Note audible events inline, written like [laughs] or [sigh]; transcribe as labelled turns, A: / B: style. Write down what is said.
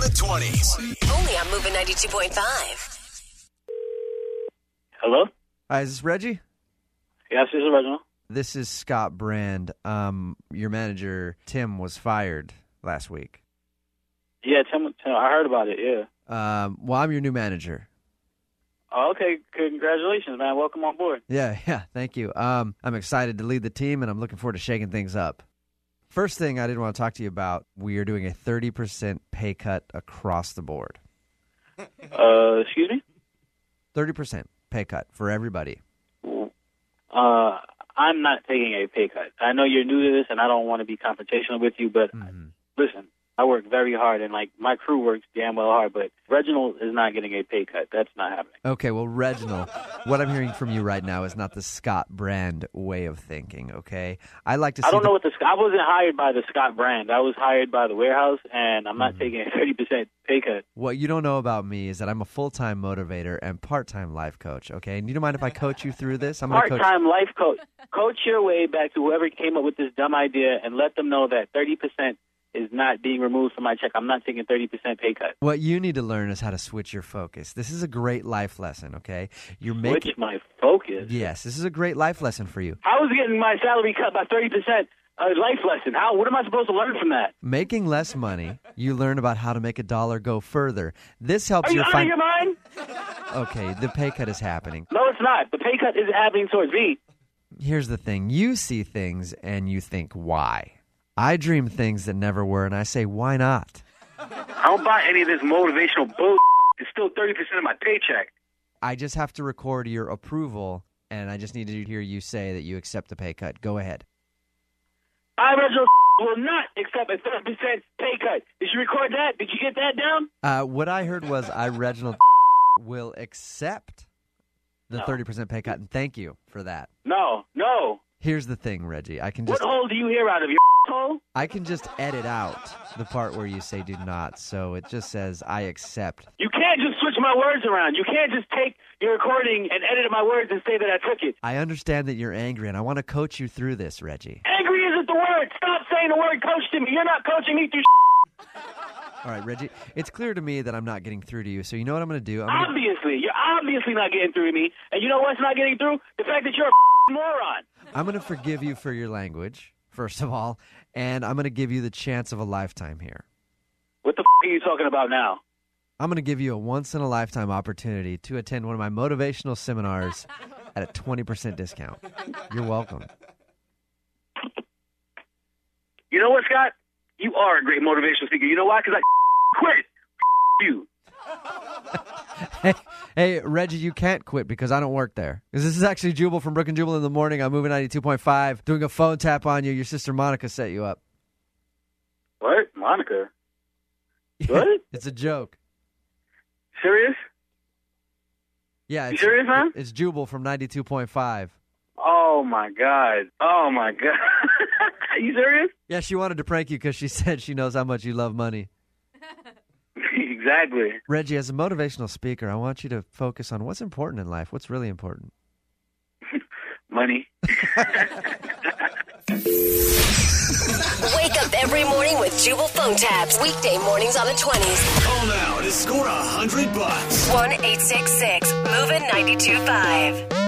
A: 20s.
B: Only on Moving 92.5.
C: Hello?
D: Hi, is this Reggie?
C: Yes, this is Reginald.
D: This is Scott Brand. Um, your manager Tim was fired last week.
C: Yeah, tell me, tell me. I heard about it, yeah.
D: Um, well, I'm your new manager.
C: Oh, okay, congratulations, man. Welcome on board.
D: Yeah, [laughs] yeah, thank you. Um, I'm excited to lead the team, and I'm looking forward to shaking things up. First thing I did want to talk to you about: we are doing a 30% pay cut across the board.
C: Uh, excuse me?
D: 30% pay cut for everybody.
C: Uh, I'm not taking a pay cut. I know you're new to this, and I don't want to be confrontational with you, but listen, I work very hard, and like my crew works damn well hard, but Reginald is not getting a pay cut. That's not happening.
D: Okay, well, Reginald, what I'm hearing from you right now is not the Scott Brand way of thinking. Okay, I like to. See
C: I don't
D: the-
C: know what the I wasn't hired by the Scott brand. I was hired by the warehouse, and I'm not taking a 30% pay cut.
D: What you don't know about me is that I'm a full time motivator and part time life coach. Okay, and you don't mind if I coach you through this? I'm gonna
C: Part
D: coach.
C: time life coach. Coach your way back to whoever came up with this dumb idea and let them know that 30% is not being removed from my check. I'm not taking 30% pay cut.
D: What you need to learn is how to switch your focus. This is a great life lesson. Okay, you're making.
C: Which my focus.
D: Yes, this is a great life lesson for you.
C: How is getting my salary cut by 30% a life lesson? How? What am I supposed to learn from that?
D: Making less money, you learn about how to make a dollar go further. This helps
C: Are you
D: your
C: out of
D: fin-
C: your mind?
D: Okay, the pay cut is happening.
C: No, it's not. The pay cut is happening towards me.
D: Here's the thing you see things and you think, why? I dream things that never were, and I say, why not?
C: I don't buy any of this motivational bull. [laughs] It's still 30% of my paycheck.
D: I just have to record your approval, and I just need to hear you say that you accept the pay cut. Go ahead.
C: I, Reginald, [laughs] will not accept a 30% pay cut. Did you record that? Did you get that down?
D: Uh, what I heard was I, Reginald, [laughs] will accept the 30% pay cut, and thank you for that.
C: No, no.
D: Here's the thing, Reggie. I can
C: What
D: just
C: hole do you hear out of your [laughs] hole?
D: I can just edit out the part where you say do not. So it just says I accept.
C: You can't just switch my words around. You can't just take your recording and edit my words and say that I took it.
D: I understand that you're angry and I want to coach you through this, Reggie.
C: Angry isn't the word. Stop saying the word coach to me. You're not coaching me through [laughs]
D: All right, Reggie. It's clear to me that I'm not getting through to you. So you know what I'm going to do? I'm gonna-
C: Obviously, you're obviously not getting through to me. And you know what's not getting through? The fact that you're a [laughs] moron.
D: I'm going to forgive you for your language, first of all, and I'm going to give you the chance of a lifetime here.
C: What the [laughs] are you talking about now?
D: I'm going to give you a once in a lifetime opportunity to attend one of my motivational seminars at a 20% discount. You're welcome.
C: You know what, Scott? You are a great motivational speaker. You know why? Because I [laughs] quit. you.
D: Hey, hey, Reggie, you can't quit because I don't work there. 'Cause This is actually Jubal from Brook and Jubal in the morning. I'm moving 92.5, doing a phone tap on you. Your sister Monica set you up. [laughs]
C: What? Monica? What?
D: it's a joke.
C: Serious?
D: Yeah,
C: You
D: it's,
C: serious, man?
D: it's Jubal from 92.5.
C: Oh my god. Oh my god. [laughs] Are you serious?
D: Yeah, she wanted to prank you because she [laughs] said she knows how much you love money.
C: [laughs] exactly.
D: Reggie, as a motivational speaker, I want you to focus on what's important in life, what's really important.
C: Money.
B: Wake up every morning with Jubal phone tabs. Weekday mornings on the 20s.
A: Call now to score a 100 bucks.
B: 1 866 Moving 92.5.